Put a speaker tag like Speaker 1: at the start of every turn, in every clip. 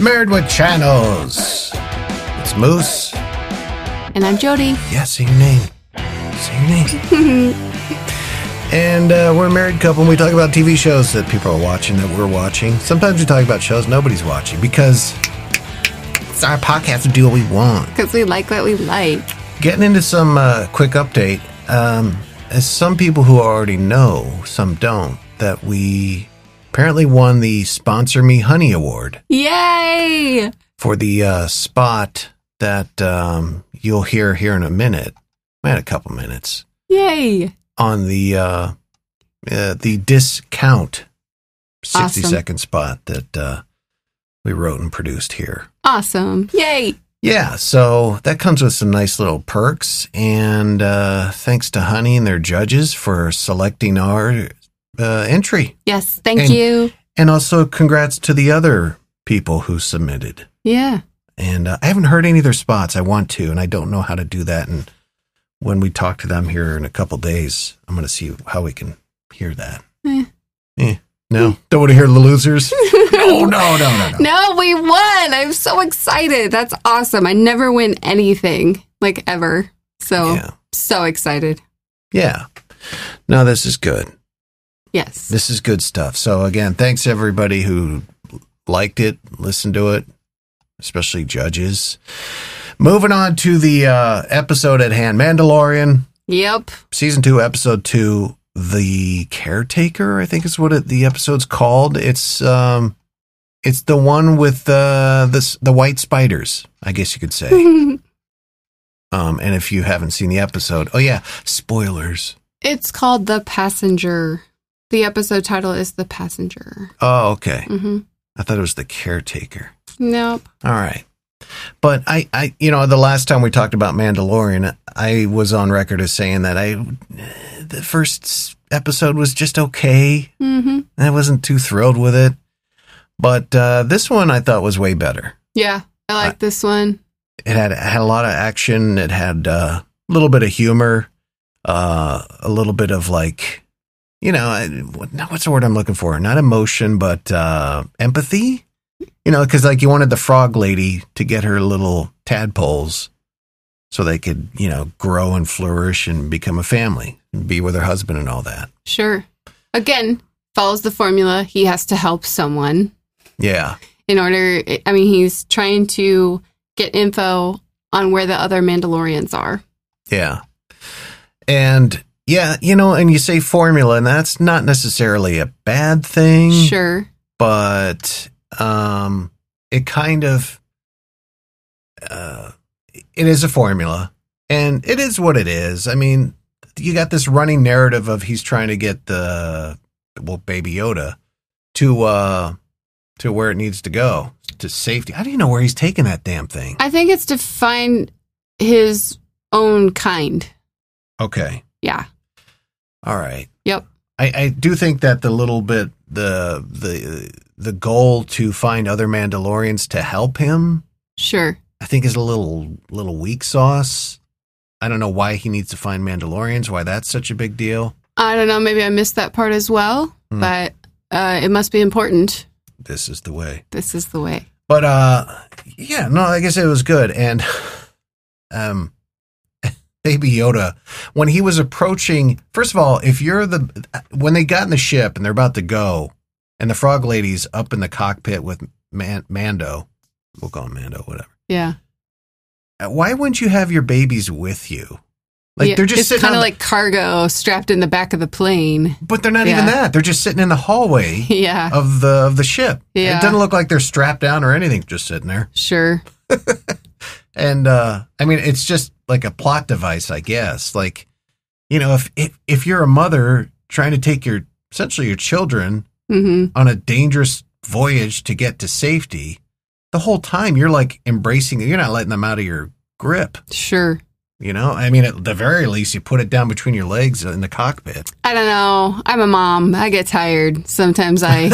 Speaker 1: Married with Channels. It's Moose.
Speaker 2: And I'm Jody.
Speaker 1: Yeah, say your name. Say your name. and uh, we're a married couple, and we talk about TV shows that people are watching, that we're watching. Sometimes we talk about shows nobody's watching because it's our podcast. We do what we want.
Speaker 2: Because we like what we like.
Speaker 1: Getting into some uh, quick update. Um, as some people who already know, some don't, that we apparently won the Sponsor Me Honey Award
Speaker 2: Yay!
Speaker 1: for the uh, spot that um, you'll hear here in a minute. We had a couple minutes
Speaker 2: Yay!
Speaker 1: on the uh, uh, the discount sixty second
Speaker 2: Awesome.
Speaker 1: spot that uh, we wrote and produced here.
Speaker 2: Awesome. Yay!
Speaker 1: Yeah, so that comes with some nice little perks, and uh, thanks to Honey and their judges for selecting our uh, entry,
Speaker 2: Yes, thank
Speaker 1: And-
Speaker 2: you.
Speaker 1: and also congrats to the other people who submitted.
Speaker 2: Yeah.
Speaker 1: And uh, I haven't heard any of their spots. I want to, and I don't know how to do that. And when we talk to them here in a couple days, I'm going to see how we can hear that.
Speaker 2: Eh.
Speaker 1: Eh. No, don't want to hear the losers. no, no, no, no, no.
Speaker 2: No, we won! I'm so excited. That's awesome. I never win anything, like ever. So,
Speaker 1: Yeah,
Speaker 2: so excited.
Speaker 1: yeah. No, this is good.
Speaker 2: Yes.
Speaker 1: This is good stuff. So again, thanks everybody who liked it, listened to it, especially judges. Moving on to the uh, episode at hand, Mandalorian
Speaker 2: yep.
Speaker 1: season two, episode two, the caretaker. I think is what it, the episode's called. It's um, it's the one with uh, this the white spiders. I guess you could
Speaker 2: Mm-hmm.
Speaker 1: say. um, and if you haven't seen the episode, oh yeah, spoilers.
Speaker 2: it's called The Passenger. The episode title is The Passenger.
Speaker 1: Oh okay,
Speaker 2: Mm-hmm.
Speaker 1: I thought it was the caretaker.
Speaker 2: Nope.
Speaker 1: All right. But I, I, you know, the last time we talked about Mandalorian, I was on record as saying that I, the first s- episode was just okay.
Speaker 2: Mm-hmm.
Speaker 1: I wasn't too thrilled with it. But uh, this one I thought was way better.
Speaker 2: Yeah, I like this one.
Speaker 1: It had it had a lot of action. It had uh, a little bit of humor, uh, a little bit of like, you know, I- what- now what's the word I'm looking for? Not emotion, but uh, empathy. You know, because like you wanted the frog lady to get her little tadpoles so they could, you know, grow and flourish and become a family and be with her husband and all that.
Speaker 2: Sure. Again, follows the formula. He has to help someone
Speaker 1: Yeah.
Speaker 2: in order. I mean, he's trying to get info on where the other Mandalorians are.
Speaker 1: Yeah. And yeah, you know, and you say formula, and that's not necessarily a bad thing.
Speaker 2: Sure.
Speaker 1: But um it kind of uh it is a formula. And it is what it is. I mean, you got this running narrative of he's trying to get the well, baby Yoda to uh to where it needs to go. To safety. I don't even know where he's taking that damn thing.
Speaker 2: I think it's to find his own kind.
Speaker 1: Okay.
Speaker 2: Yeah.
Speaker 1: All right.
Speaker 2: Yep.
Speaker 1: I, I do think that the little bit the the the goal to find other Mandalorians to help him,
Speaker 2: Sure.
Speaker 1: I think is a little little weak sauce. I don't know why he needs to find Mandalorians, why that's such a big deal.
Speaker 2: I don't know. Maybe I missed that part as well,
Speaker 1: Hmm.
Speaker 2: but uh, it must be important.
Speaker 1: This is the way.
Speaker 2: This is the way.
Speaker 1: But uh yeah, no, like I said, it was good. And um Baby Yoda, when he was approaching first of all, if you're the when they got in the ship and they're about to go, and the frog lady's up in the cockpit with Man- Mando, we'll call him Mando, whatever.
Speaker 2: Yeah.
Speaker 1: Uh, Why wouldn't you have your babies with you? Like
Speaker 2: Yeah,
Speaker 1: they're just
Speaker 2: it's
Speaker 1: sitting
Speaker 2: kind
Speaker 1: on
Speaker 2: of
Speaker 1: the-
Speaker 2: like cargo strapped in the back of the plane.
Speaker 1: but they're not even
Speaker 2: yeah.
Speaker 1: that. They're just sitting in the hallway
Speaker 2: Yeah.
Speaker 1: of the of the ship.
Speaker 2: Yeah.
Speaker 1: It doesn't look like they're strapped down or anything, just sitting there.
Speaker 2: Sure.
Speaker 1: And uh I mean it's just like a plot device, I guess. Like you know, if if, if you're a mother trying to take your essentially your children
Speaker 2: hmm
Speaker 1: on a dangerous voyage to get to safety, the whole time you're like embracing you're not letting them out of your grip,
Speaker 2: Sure.
Speaker 1: you know? I mean at the very least you put it down between your legs in the cockpit.
Speaker 2: I don't know. I'm a mom. I get tired. Sometimes I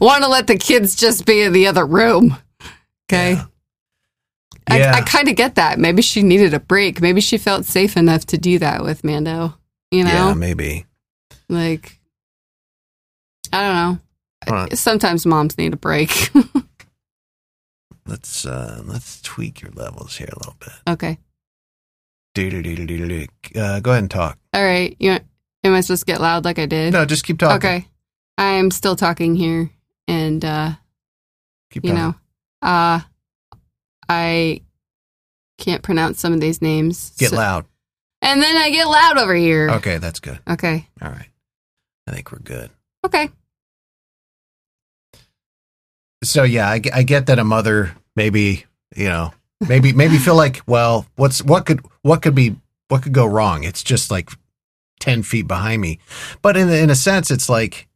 Speaker 2: want to let the kids just be in the other room. Okay. I,
Speaker 1: Yeah.
Speaker 2: I kind of get that. Maybe she needed a break. Maybe she felt safe enough to do that with Mando.
Speaker 1: Yeah,
Speaker 2: You know,
Speaker 1: maybe.
Speaker 2: like, I don't know.
Speaker 1: All right.
Speaker 2: Sometimes moms need a break.
Speaker 1: Let's uh let's tweak your levels here a little bit.
Speaker 2: Okay.
Speaker 1: Do do do do do do. do. Uh, go ahead and talk.
Speaker 2: All right. You want, am I supposed to get loud like I did?
Speaker 1: No, just keep talking.
Speaker 2: Okay. I am still talking here, and uh,
Speaker 1: Keep
Speaker 2: you
Speaker 1: talking.
Speaker 2: know, uh, I can't pronounce some of these names.
Speaker 1: Get
Speaker 2: So-
Speaker 1: loud.
Speaker 2: And then I get loud over here.
Speaker 1: Okay, that's good.
Speaker 2: Okay.
Speaker 1: All right. I think we're good.
Speaker 2: Okay.
Speaker 1: So yeah, I, ge- I get that a mother maybe, you know, maybe maybe feel like, well, what's what could what could be what could go wrong? It's just like 10 feet behind me. But in in a sense it's like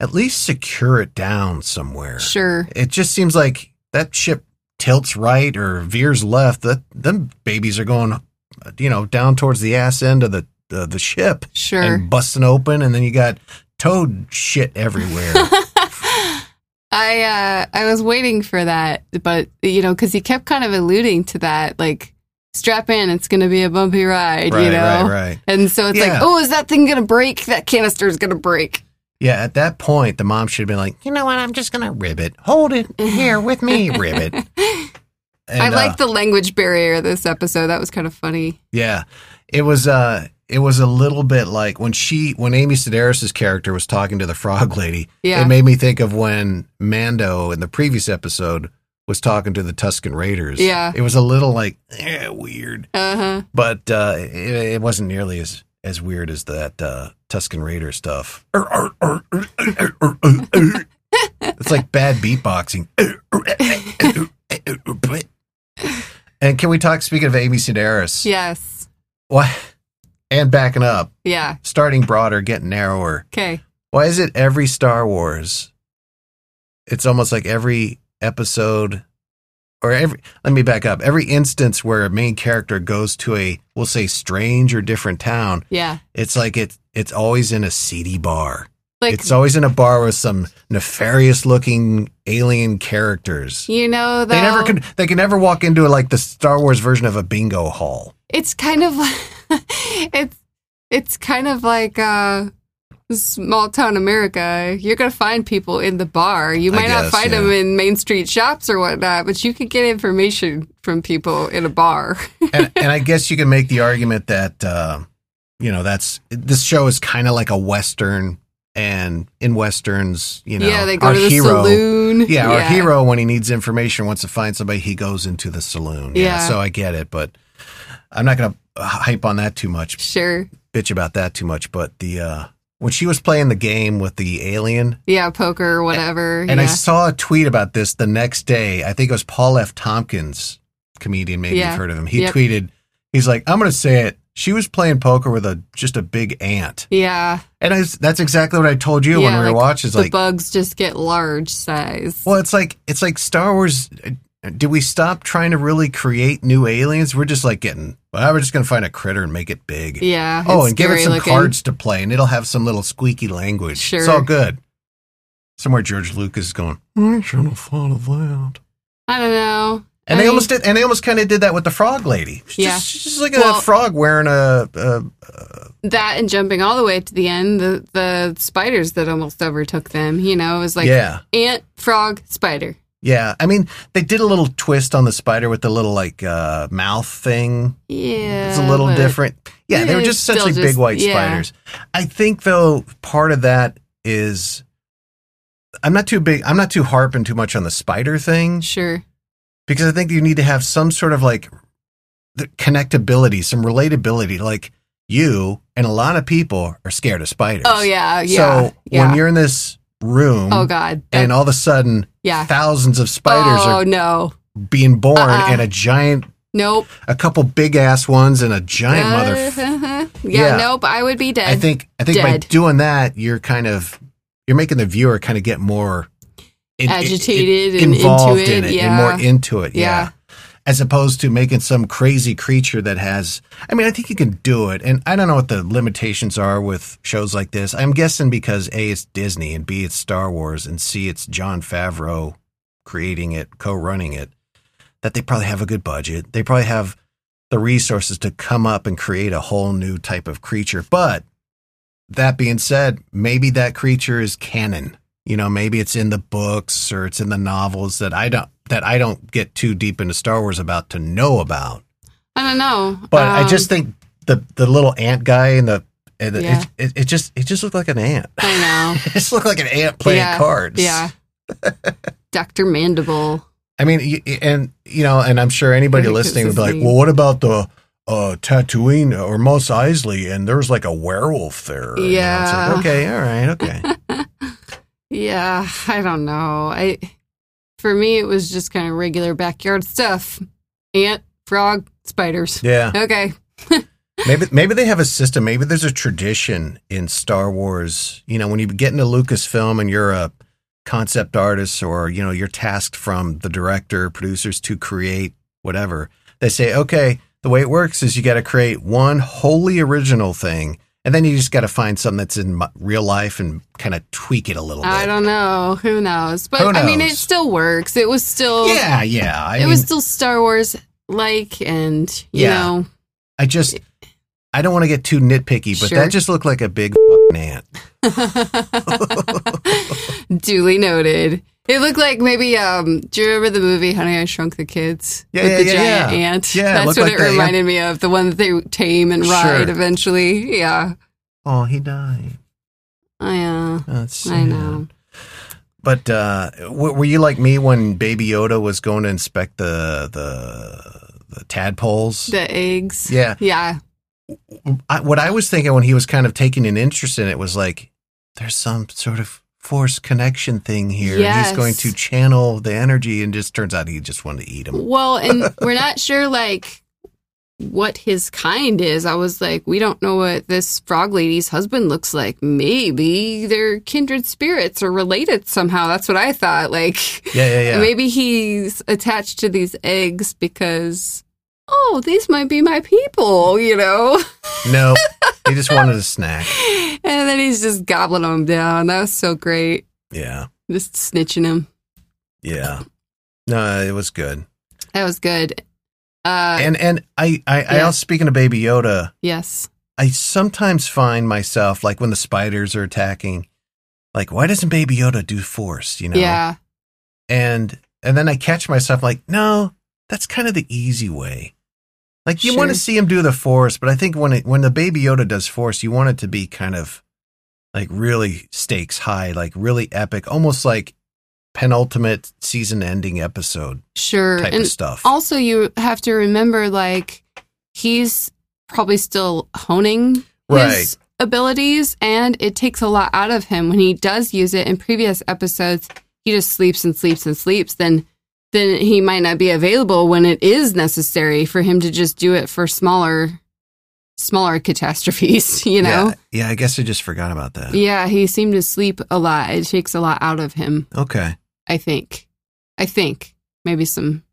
Speaker 1: at least secure it down somewhere.
Speaker 2: Sure.
Speaker 1: It just seems like that ship tilts right or veers left. That them babies are going, you know, down towards the ass end of the the, the ship
Speaker 2: Sure.
Speaker 1: and busting open, and then you got toad shit everywhere.
Speaker 2: I uh I was waiting for that, but you know, because he kept kind of alluding to that, like strap in, it's going to be a bumpy ride,
Speaker 1: right,
Speaker 2: you know.
Speaker 1: right, right.
Speaker 2: And so it's
Speaker 1: Yeah.
Speaker 2: like, oh, is that thing going to break? That canister is going to break.
Speaker 1: Yeah, at that point, the mom should have been like, you know what? I'm just gonna rib it. Hold it here with me, rib it. And,
Speaker 2: I like
Speaker 1: uh,
Speaker 2: the language barrier this episode. That was kind of funny.
Speaker 1: Yeah, it was. Uh, it was a little bit like when she, when Amy Sedaris's character was talking to the frog lady.
Speaker 2: Yeah.
Speaker 1: It made me think of when Mando in the previous episode was talking to the Tuscan Raiders.
Speaker 2: Yeah.
Speaker 1: It was a little like eh, weird,
Speaker 2: Uh huh.
Speaker 1: but uh, it, it wasn't nearly as as weird as that uh, Tuscan Raider stuff. it's like bad beatboxing. and can we talk? Speaking of Amy Sedaris,
Speaker 2: Yes.
Speaker 1: why? And backing up,
Speaker 2: Yeah.
Speaker 1: starting broader, getting narrower.
Speaker 2: Okay.
Speaker 1: Why is it every Star Wars? It's almost like every episode or every let me back up. Every instance where a main character goes to a we'll say strange or different town,
Speaker 2: Yeah.
Speaker 1: it's like it it's always in a seedy bar.
Speaker 2: Like
Speaker 1: it's always in a bar with some nefarious looking alien characters.
Speaker 2: you know though,
Speaker 1: They never can they can never walk into like the Star Wars version of a bingo hall.
Speaker 2: it's kind of it's it's kind of like uh small town america you're gonna find people in the bar you
Speaker 1: I
Speaker 2: might not
Speaker 1: guess,
Speaker 2: find
Speaker 1: yeah.
Speaker 2: them in main street shops or whatnot but you can get information from people in a bar
Speaker 1: and, and I guess you can make the argument that uh, you know that's this show is kind of like a western, and in westerns, you know,
Speaker 2: yeah they go to the saloon
Speaker 1: Yeah, our hero when he needs information wants to find somebody, he goes into the saloon. Yeah,
Speaker 2: Yeah.
Speaker 1: so I get it, but I'm not gonna hype on that too much,
Speaker 2: sure
Speaker 1: bitch about that too much. But the uh, when she was playing the game with the alien,
Speaker 2: yeah poker or whatever
Speaker 1: and I
Speaker 2: yeah.
Speaker 1: saw a tweet about this the next day. I think it was Paul F. Tompkins, comedian. Maybe
Speaker 2: Yeah.
Speaker 1: you've heard of him. He
Speaker 2: Yep.
Speaker 1: tweeted, "He's like, I'm going to say it. She was playing poker with a just a big ant,
Speaker 2: yeah
Speaker 1: and I was, that's exactly what I told you when
Speaker 2: Yeah,
Speaker 1: we were
Speaker 2: like,
Speaker 1: watching. It's
Speaker 2: the
Speaker 1: like,
Speaker 2: bugs just get large size
Speaker 1: well, it's like it's like Star Wars. uh, Do we stop trying to really create new aliens? We're just like getting. Well, we're just going to find a critter and make it big.
Speaker 2: yeah
Speaker 1: oh,
Speaker 2: it's
Speaker 1: and give it
Speaker 2: scary
Speaker 1: some
Speaker 2: looking.
Speaker 1: cards to play, and it'll have some little squeaky language. It's
Speaker 2: Sure.
Speaker 1: all good. Somewhere George Lucas is going. I should have thought of that.
Speaker 2: i don't know
Speaker 1: And they
Speaker 2: I mean-
Speaker 1: almost did, and they almost kind of did that with the frog lady. She's
Speaker 2: Yeah.
Speaker 1: just, she's just like
Speaker 2: Well-
Speaker 1: a frog wearing a, a, a
Speaker 2: that and jumping all the way to the end, the the spiders that almost overtook them, you know, it was like
Speaker 1: yeah,
Speaker 2: ant, frog, spider.
Speaker 1: yeah. I mean, they did a little twist on the spider with the little like uh, mouth thing.
Speaker 2: Yeah,
Speaker 1: it's a little
Speaker 2: but-
Speaker 1: different. Yeah, they were
Speaker 2: it's
Speaker 1: just
Speaker 2: still
Speaker 1: essentially big
Speaker 2: just-
Speaker 1: white
Speaker 2: yeah.
Speaker 1: spiders. I think though part of that is I'm not too big. I'm not too harping too much on the spider thing
Speaker 2: Sure.
Speaker 1: because I think you need to have some sort of like the connectability, some relatability. Like you and a lot of people are scared of spiders.
Speaker 2: Oh yeah, yeah.
Speaker 1: So
Speaker 2: yeah.
Speaker 1: when you're in this room
Speaker 2: oh god, That-
Speaker 1: and all of a sudden
Speaker 2: yeah.
Speaker 1: thousands of spiders
Speaker 2: oh
Speaker 1: are
Speaker 2: no,
Speaker 1: being born
Speaker 2: Uh-uh.
Speaker 1: and a giant
Speaker 2: nope.
Speaker 1: a couple big ass ones and a giant mother
Speaker 2: Uh-huh.
Speaker 1: Yeah.
Speaker 2: yeah, nope. I would be dead.
Speaker 1: I think I think by
Speaker 2: Dead.
Speaker 1: doing that you're kind of you're making the viewer kind of get more in- in-
Speaker 2: Agitated
Speaker 1: in-
Speaker 2: and
Speaker 1: involved
Speaker 2: into
Speaker 1: in
Speaker 2: it,
Speaker 1: it and
Speaker 2: yeah.
Speaker 1: more into it yeah.
Speaker 2: Yeah.
Speaker 1: as opposed to making some crazy creature that has I mean I think you can do it and I don't know what the limitations are with shows like this I'm guessing because A it's Disney and B it's Star Wars and C it's John Favreau creating it co-running it that they probably have a good budget they probably have the resources to come up and create a whole new type of creature but that being said, maybe that creature is canon. You know, maybe it's in the books or it's in the novels that I don't that I don't get too deep into Star Wars about to know about.
Speaker 2: I don't know.
Speaker 1: But I
Speaker 2: Um,
Speaker 1: just think the the little ant guy and the and the,
Speaker 2: Yeah.
Speaker 1: it, it, it just it just looked like an ant.
Speaker 2: I know.
Speaker 1: it just looked like an ant playing
Speaker 2: Yeah.
Speaker 1: cards.
Speaker 2: Yeah. Dr. Mandible.
Speaker 1: I mean, y- y- and you know, and I'm sure anybody
Speaker 2: Very
Speaker 1: listening would be like,
Speaker 2: consistent.
Speaker 1: "Well, what about the uh, Tatooine or Mos Eisley?" And there's like a werewolf there. You know, it's like,
Speaker 2: Yeah.
Speaker 1: okay, all right, okay.
Speaker 2: Yeah, I don't know. I for me it was just kind of regular backyard stuff. Ant, frog, spiders.
Speaker 1: yeah.
Speaker 2: Okay.
Speaker 1: Maybe maybe they have a system. Maybe there's a tradition in Star Wars. You know, when you get into Lucasfilm and you're a concept artist, or you know, you're tasked from the director, producers to create whatever. They say, okay, the way it works is you got to create one wholly original thing, and then you just got to find something that's in mi- real life and kind of tweak it a little
Speaker 2: I
Speaker 1: bit.
Speaker 2: don't know. Who knows? But
Speaker 1: Who
Speaker 2: I mean
Speaker 1: knows?
Speaker 2: it still works. It was still
Speaker 1: yeah, yeah. I
Speaker 2: it
Speaker 1: mean,
Speaker 2: was still Star Wars like and you
Speaker 1: Yeah.
Speaker 2: know
Speaker 1: I just, I don't want to get too nitpicky, but
Speaker 2: Sure.
Speaker 1: that just looked like a big fucking ant.
Speaker 2: duly noted. It looked like maybe um do you remember the movie Honey I Shrunk the Kids?
Speaker 1: Yeah,
Speaker 2: With
Speaker 1: yeah,
Speaker 2: the
Speaker 1: yeah,
Speaker 2: giant
Speaker 1: yeah.
Speaker 2: ant.
Speaker 1: Yeah, it
Speaker 2: That's
Speaker 1: looked
Speaker 2: what
Speaker 1: like
Speaker 2: it
Speaker 1: the ant-
Speaker 2: reminded me of, the one that they tame and
Speaker 1: Sure.
Speaker 2: ride eventually. Yeah.
Speaker 1: Oh, he died.
Speaker 2: Oh, yeah.
Speaker 1: That's
Speaker 2: I know.
Speaker 1: But uh, w- were you like me when Baby Yoda was going to inspect the the, the tadpoles?
Speaker 2: The eggs.
Speaker 1: yeah.
Speaker 2: Yeah.
Speaker 1: I, what I was thinking when he was kind of taking an interest in it was like, there's some sort of force connection thing here.
Speaker 2: Yes.
Speaker 1: He's going to channel the energy, and just turns out he just wanted to eat him.
Speaker 2: Well, and we're not sure like what his kind is. I was like, we don't know what this frog lady's husband looks like. Maybe they're kindred spirits or related somehow. That's what I thought. Like
Speaker 1: Yeah, yeah, yeah.
Speaker 2: maybe he's attached to these eggs because oh, these might be my people, you know.
Speaker 1: No, he just wanted a snack.
Speaker 2: and then he's just gobbling them down. That was so great.
Speaker 1: Yeah,
Speaker 2: Just snitching him.
Speaker 1: yeah. No, it was good.
Speaker 2: That was good. Uh,
Speaker 1: And and I I, I
Speaker 2: Yeah.
Speaker 1: also speaking of Baby Yoda,
Speaker 2: yes.
Speaker 1: I sometimes find myself like when the spiders are attacking, like why doesn't Baby Yoda do force? You know,
Speaker 2: Yeah.
Speaker 1: and and then I catch myself like, no, that's kind of the easy way. Like you want to
Speaker 2: Sure.
Speaker 1: see him do the force, but I think when it, when the Baby Yoda does force, you want it to be kind of like really stakes high, like really epic, almost like penultimate season ending episode
Speaker 2: Sure.
Speaker 1: type
Speaker 2: And
Speaker 1: of stuff.
Speaker 2: also, you have to remember, like, he's probably still honing
Speaker 1: Right.
Speaker 2: his abilities, and it takes a lot out of him when he does use it. In previous episodes, he just sleeps and sleeps and sleeps. Then, then he might not be available when it is necessary for him to just do it for smaller, smaller catastrophes. You know?
Speaker 1: Yeah, yeah, I guess I just forgot about that.
Speaker 2: yeah he seemed to sleep a lot. It takes a lot out of him.
Speaker 1: Okay.
Speaker 2: I think. I think maybe some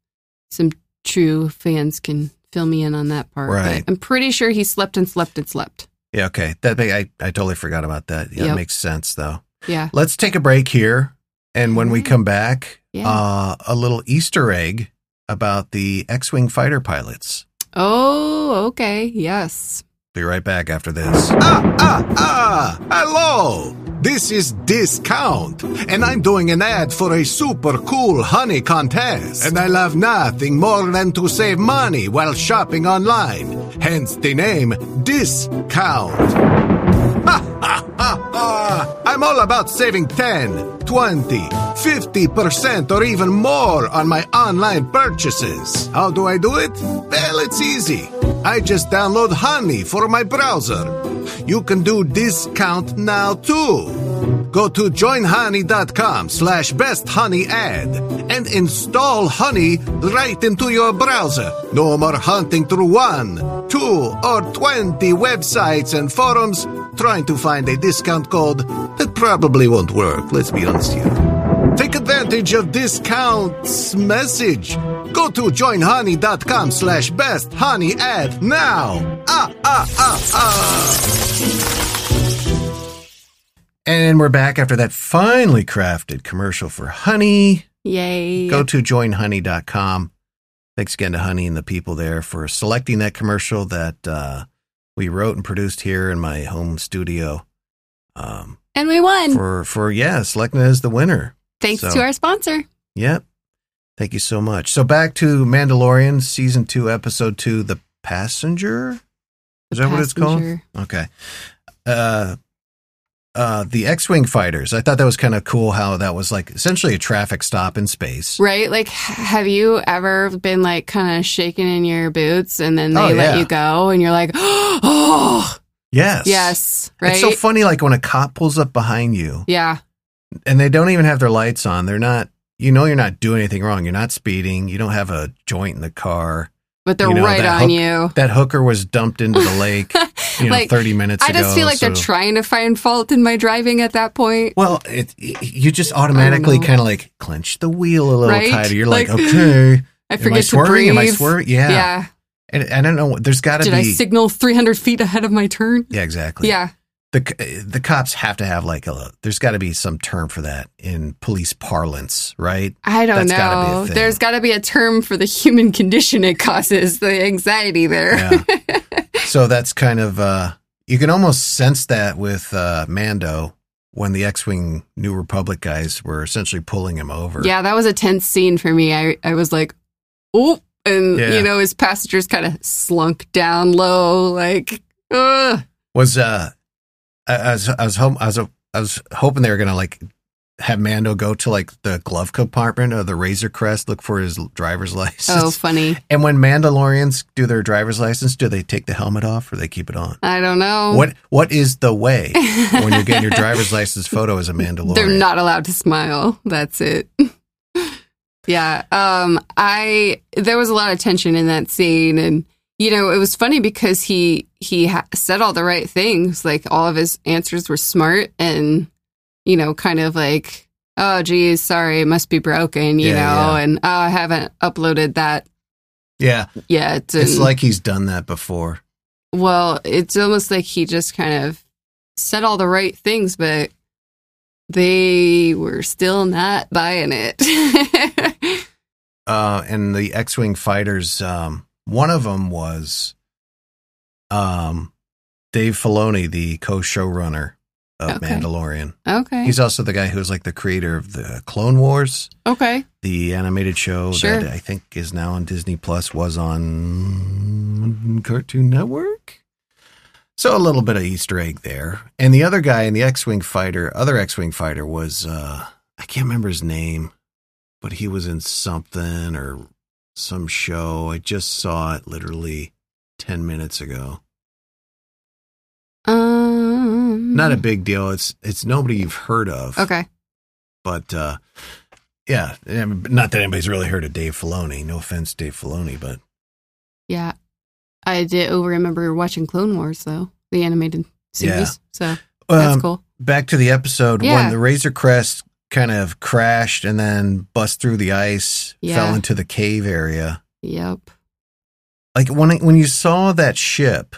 Speaker 2: some true fans can fill me in on that part.
Speaker 1: Right.
Speaker 2: But I'm pretty sure he slept and slept and slept.
Speaker 1: Yeah, okay. That I I totally forgot about that. Yeah,
Speaker 2: Yep.
Speaker 1: it makes sense though.
Speaker 2: Yeah.
Speaker 1: Let's take a break here, and when we
Speaker 2: Alright.
Speaker 1: come back,
Speaker 2: Yeah.
Speaker 1: uh, a little Easter egg about the X-wing fighter pilots.
Speaker 2: Oh, okay. Yes.
Speaker 1: Be right back after this. Ah ah ah! Hello. This is discount, and I'm doing an ad for a super cool honey contest. And I love nothing more than to save money while shopping online. Hence the name discount. Ah, I'm all about saving 10, 20, 50% or even more on my online purchases. How do I do it? Well, it's easy. I just download Honey for my browser. You can do discount now too. Go to joinhoney.com slash best honey ad and install Honey right into your browser. No more hunting through one, two, or 20 websites and forums trying to find a discount code that probably won't work, let's be honest here. Take advantage of discount's message. Go to joinhoney.com slash best honey ad now. Ah, ah, ah, ah. And we're back after that finely crafted commercial for honey.
Speaker 2: Yay.
Speaker 1: Go to joinhoney.com. Thanks again to Honey and the people there for selecting that commercial that uh, we wrote and produced here in my home studio. Um,
Speaker 2: and we won.
Speaker 1: for for yeah, selecting it as the winner.
Speaker 2: Thanks
Speaker 1: so-
Speaker 2: to our sponsor.
Speaker 1: Yep. Thank you so much. So back to Mandalorian season two, episode two, The Passenger. Is that what it's called?
Speaker 2: Passenger.
Speaker 1: Okay. Uh, uh, the X-wing fighters. I thought that was kind of cool. How that was like essentially a traffic stop in space.
Speaker 2: Right? Like, h- have you ever been like kind of shaking in your boots and then they
Speaker 1: Oh,
Speaker 2: let
Speaker 1: yeah.
Speaker 2: you go and you're like, oh,
Speaker 1: Yes.
Speaker 2: yes, right?
Speaker 1: It's so funny. Like when a cop pulls up behind you
Speaker 2: yeah.
Speaker 1: and they don't even have their lights on. They're not. You know, you're not doing anything wrong. You're not speeding. You don't have a joint in the car.
Speaker 2: But they're
Speaker 1: You know,
Speaker 2: right
Speaker 1: that
Speaker 2: on
Speaker 1: hook-
Speaker 2: you.
Speaker 1: That hooker was dumped into the lake. You know,
Speaker 2: Like,
Speaker 1: thirty minutes.
Speaker 2: I just
Speaker 1: ago,
Speaker 2: feel like they're
Speaker 1: so-
Speaker 2: trying to find fault in my driving at that point.
Speaker 1: Well, it, you just automatically
Speaker 2: know.
Speaker 1: kind of like clench the wheel a little
Speaker 2: Right?
Speaker 1: tighter. You're like,
Speaker 2: Like,
Speaker 1: okay,
Speaker 2: I
Speaker 1: am I
Speaker 2: forget to
Speaker 1: swerving?
Speaker 2: breathe.
Speaker 1: Am I swerving? Yeah.
Speaker 2: Yeah.
Speaker 1: And I don't know. There's got to
Speaker 2: Did
Speaker 1: be.
Speaker 2: I signal 300 feet ahead of my turn?
Speaker 1: yeah, exactly.
Speaker 2: Yeah.
Speaker 1: The c- the cops have to have like a. There's got to be some term for that in police parlance, right?
Speaker 2: I don't
Speaker 1: That's
Speaker 2: know.
Speaker 1: gotta be a thing.
Speaker 2: There's got to be a term for the human condition it causes, the anxiety there.
Speaker 1: Yeah. so that's kind of uh you can almost sense that with uh Mando when the X-wing New Republic guys were essentially pulling him over.
Speaker 2: Yeah, that was a tense scene for me. I I was like, oh, and
Speaker 1: Yeah.
Speaker 2: you know his passengers kind of slunk down low, like, ugh.
Speaker 1: was uh I, I was I was home I was I was hoping they were gonna like have Mando go to like the glove compartment or the Razor Crest look for his driver's license.
Speaker 2: oh, funny.
Speaker 1: And when Mandalorians do their driver's license, do they take the helmet off or they keep it on?
Speaker 2: I don't know.
Speaker 1: What what is the way when you're getting your driver's license photo as a Mandalorian?
Speaker 2: They're not allowed to smile. That's it. yeah. Um I there was a lot of tension in that scene and you know, it was funny because he he ha- said all the right things. Like all of his answers were smart and you know, kind of like, oh geez, sorry, it must be broken, you
Speaker 1: Yeah,
Speaker 2: know,
Speaker 1: yeah.
Speaker 2: and oh, I haven't uploaded that
Speaker 1: Yeah,
Speaker 2: yet.
Speaker 1: it's
Speaker 2: and-
Speaker 1: like he's done that before.
Speaker 2: well, it's almost like he just kind of said all the right things, but they were still not buying it.
Speaker 1: uh, and the X-wing fighters. Um, one of them was, um, Dave Filoni, the co-showrunner of
Speaker 2: Okay.
Speaker 1: Mandalorian.
Speaker 2: okay.
Speaker 1: He's also the guy who was like the creator of the Clone Wars,
Speaker 2: okay.
Speaker 1: the animated show
Speaker 2: Sure.
Speaker 1: that I think is now on Disney Plus. Was on Cartoon Network. So a little bit of Easter egg there. And the other guy in the X-wing fighter, other X-wing fighter was uh, I can't remember his name, but he was in something or some show. I just saw it literally 10 minutes ago.
Speaker 2: Um,
Speaker 1: Not a big deal. It's it's nobody you've heard of.
Speaker 2: Okay.
Speaker 1: But uh yeah, I mean, not that anybody's really heard of Dave Filoni. No offense, Dave Filoni, but
Speaker 2: Yeah. I did over remember watching Clone Wars, though, the animated series.
Speaker 1: Yeah.
Speaker 2: So that's
Speaker 1: um,
Speaker 2: cool.
Speaker 1: back to the episode
Speaker 2: Yeah.
Speaker 1: when the Razor Crest kind of crashed and then bust through the ice,
Speaker 2: Yeah.
Speaker 1: fell into the cave area.
Speaker 2: Yep.
Speaker 1: Like when I- when you saw that ship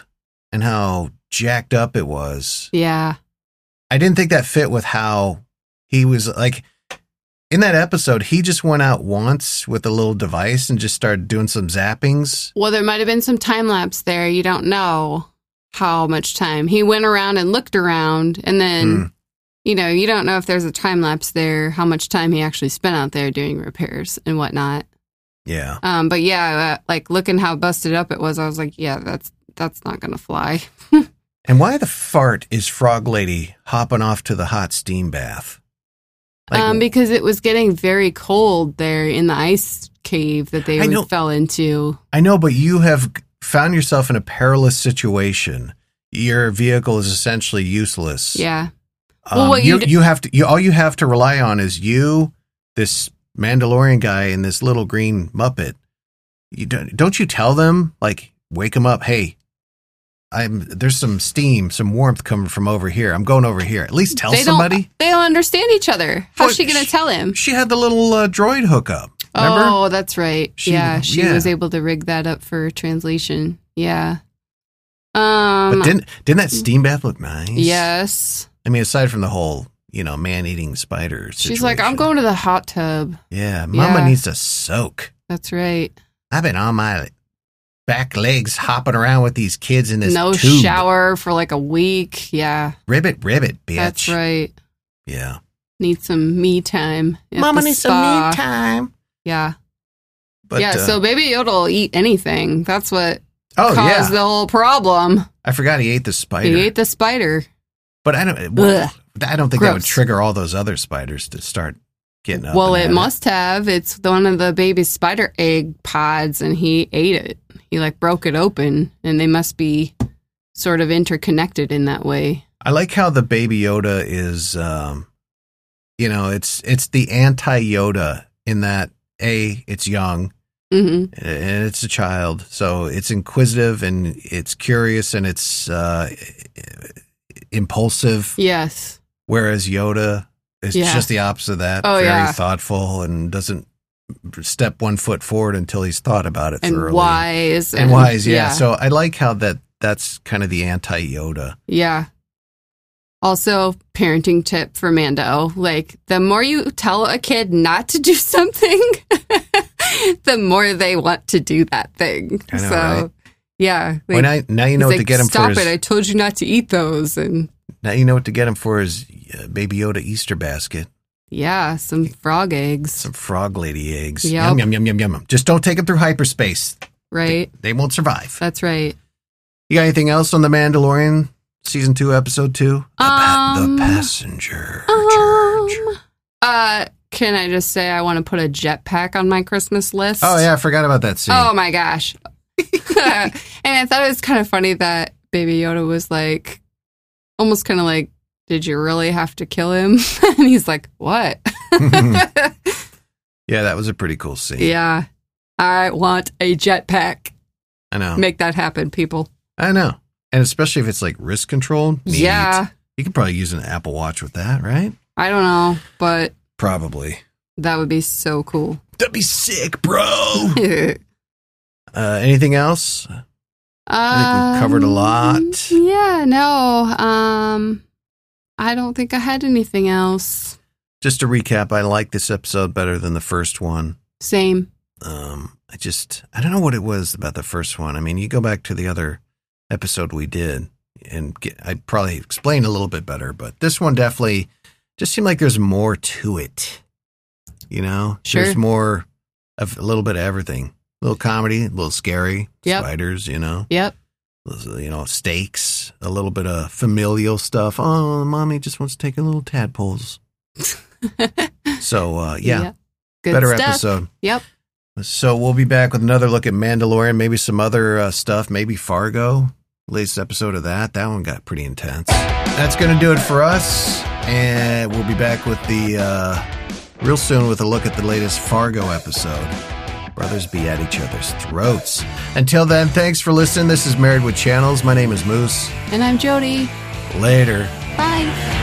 Speaker 1: and how jacked up it was,
Speaker 2: Yeah.
Speaker 1: I didn't think that fit with how he was like in that episode. He just went out once with a little device and just started doing some zappings.
Speaker 2: Well, there might have been some time lapse there. You don't know how much time. He went around and looked around, and then,
Speaker 1: Hmm.
Speaker 2: you know, you don't know if there's a time lapse there, how much time he actually spent out there doing repairs and whatnot.
Speaker 1: Yeah,
Speaker 2: Um, but yeah, uh, like looking how busted up it was, I was like, yeah, that's that's not gonna fly.
Speaker 1: and why the fart is Frog Lady hopping off to the hot steam bath? Like,
Speaker 2: um, because it was getting very cold there in the ice cave that they
Speaker 1: I know.
Speaker 2: fell into.
Speaker 1: I know, but you have found yourself in a perilous situation. Your vehicle is essentially useless.
Speaker 2: Yeah,
Speaker 1: Um,
Speaker 2: Well, what
Speaker 1: you,
Speaker 2: you d-
Speaker 1: you have to. You, all you have to rely on is you, this Mandalorian guy, and this little green Muppet. You don't. Don't you tell them like wake them up? Hey, I'm. There's some steam, some warmth coming from over here. I'm going over here. At least tell
Speaker 2: they
Speaker 1: somebody.
Speaker 2: don't. They don't understand each other. How's
Speaker 1: Well,
Speaker 2: she gonna
Speaker 1: sh-
Speaker 2: tell him?
Speaker 1: She had the little uh, droid hookup. Remember?
Speaker 2: Oh, that's right.
Speaker 1: She-
Speaker 2: yeah, she
Speaker 1: yeah.
Speaker 2: was able to rig that up for translation. Yeah. Um.
Speaker 1: but didn't didn't that steam bath look nice?
Speaker 2: yes.
Speaker 1: I mean, aside from the whole, you know, man eating spider.
Speaker 2: She's like, I'm
Speaker 1: situation.
Speaker 2: going to the hot tub.
Speaker 1: Yeah, Mama
Speaker 2: Yeah.
Speaker 1: needs to soak.
Speaker 2: That's right.
Speaker 1: I've been on my back legs hopping around with these kids in this
Speaker 2: no
Speaker 1: tube.
Speaker 2: shower for like a week. Yeah,
Speaker 1: Ribbit, ribbit, bitch.
Speaker 2: that's right.
Speaker 1: Yeah.
Speaker 2: Need some me time. at the spa.
Speaker 1: time.
Speaker 2: Yeah.
Speaker 1: But
Speaker 2: yeah,
Speaker 1: uh,
Speaker 2: so Baby Yoda will eat anything. That's what
Speaker 1: oh yeah,
Speaker 2: caused the whole problem.
Speaker 1: I forgot he ate the spider.
Speaker 2: He ate the spider.
Speaker 1: but I don't. well,
Speaker 2: Ugh.
Speaker 1: I don't think that would
Speaker 2: Gross.
Speaker 1: trigger all those other spiders to start getting up.
Speaker 2: well,
Speaker 1: and
Speaker 2: it
Speaker 1: at
Speaker 2: must have. It's one of the baby spider egg pods, and he ate it. He like broke it open, and they must be sort of interconnected in that way.
Speaker 1: I like how the baby Yoda is um you know, it's it's the anti Yoda in that A, it's young
Speaker 2: hmm
Speaker 1: and it's a child, so it's inquisitive and it's curious and it's uh impulsive.
Speaker 2: Yes.
Speaker 1: Whereas Yoda is
Speaker 2: Yeah.
Speaker 1: just the opposite of that.
Speaker 2: Oh,
Speaker 1: very
Speaker 2: yeah.
Speaker 1: thoughtful and doesn't step one foot forward until he's thought about it
Speaker 2: And
Speaker 1: thoroughly.
Speaker 2: wise.
Speaker 1: And wise, yeah.
Speaker 2: yeah.
Speaker 1: So I like how that that's kind of the anti Yoda.
Speaker 2: Yeah. Also, parenting tip for Mando. Like, the more you tell a kid not to do something, the more they want to do that thing.
Speaker 1: I know,
Speaker 2: so,
Speaker 1: right?
Speaker 2: yeah.
Speaker 1: Well, now, now you know what
Speaker 2: he's
Speaker 1: to
Speaker 2: like,
Speaker 1: get him
Speaker 2: Stop
Speaker 1: for his
Speaker 2: it. I told you not to eat those. And
Speaker 1: Now you know what to get him for his uh, Baby Yoda Easter basket.
Speaker 2: yeah, some frog eggs,
Speaker 1: Some frog lady eggs.
Speaker 2: Yep.
Speaker 1: Yum, yum, yum, yum, yum. Just don't take them through hyperspace.
Speaker 2: right?
Speaker 1: They won't survive.
Speaker 2: That's right.
Speaker 1: You got anything else on The Mandalorian? Season 2, Episode 2? The, pa-
Speaker 2: Um,
Speaker 1: the Passenger.
Speaker 2: Um,
Speaker 1: Church.
Speaker 2: uh, can I just say I want to put a jetpack on my Christmas list?
Speaker 1: Oh, yeah, I forgot about that scene.
Speaker 2: Oh my gosh. and I thought it was kind of funny that Baby Yoda was like, almost kind of like, did you really have to kill him? and he's like, what?
Speaker 1: Hmm. yeah, that was a pretty cool scene.
Speaker 2: yeah. I want a jetpack.
Speaker 1: I know.
Speaker 2: Make that happen, people.
Speaker 1: I know. And especially if it's like wrist controlled. neat.
Speaker 2: Yeah.
Speaker 1: You could probably use an Apple Watch with that, right?
Speaker 2: I don't know, but
Speaker 1: Probably.
Speaker 2: that would be so cool.
Speaker 1: That'd be sick, bro.
Speaker 2: I
Speaker 1: uh, anything else? I think we covered a lot.
Speaker 2: Um, Yeah, no. Um I don't think I had anything else.
Speaker 1: just to recap, I like this episode better than the first one.
Speaker 2: Same.
Speaker 1: Um, I just I don't know what it was about the first one. I mean, you go back to the other episode we did, and get, I probably explained a little bit better, but this one definitely just seemed like there's more to it. You know,
Speaker 2: Sure.
Speaker 1: there's more of a little bit of everything. A little comedy, a little scary,
Speaker 2: Yep.
Speaker 1: spiders. You know,
Speaker 2: Yep.
Speaker 1: you know, stakes, a little bit of familial stuff. Oh, mommy just wants to take her little tadpoles. So uh, yeah,
Speaker 2: Good
Speaker 1: better
Speaker 2: stuff.
Speaker 1: episode.
Speaker 2: Yep.
Speaker 1: So we'll be back with another look at Mandalorian, maybe some other uh, stuff, maybe Fargo. Latest episode of that. That one got pretty intense. That's going to do it for us. And we'll be back with the, uh, real soon with a look at the latest Fargo episode. Brothers be at each other's throats. Until then, thanks for listening. This is Married with Channels. My name is Moose.
Speaker 2: And I'm Jody.
Speaker 1: Later.
Speaker 2: Bye.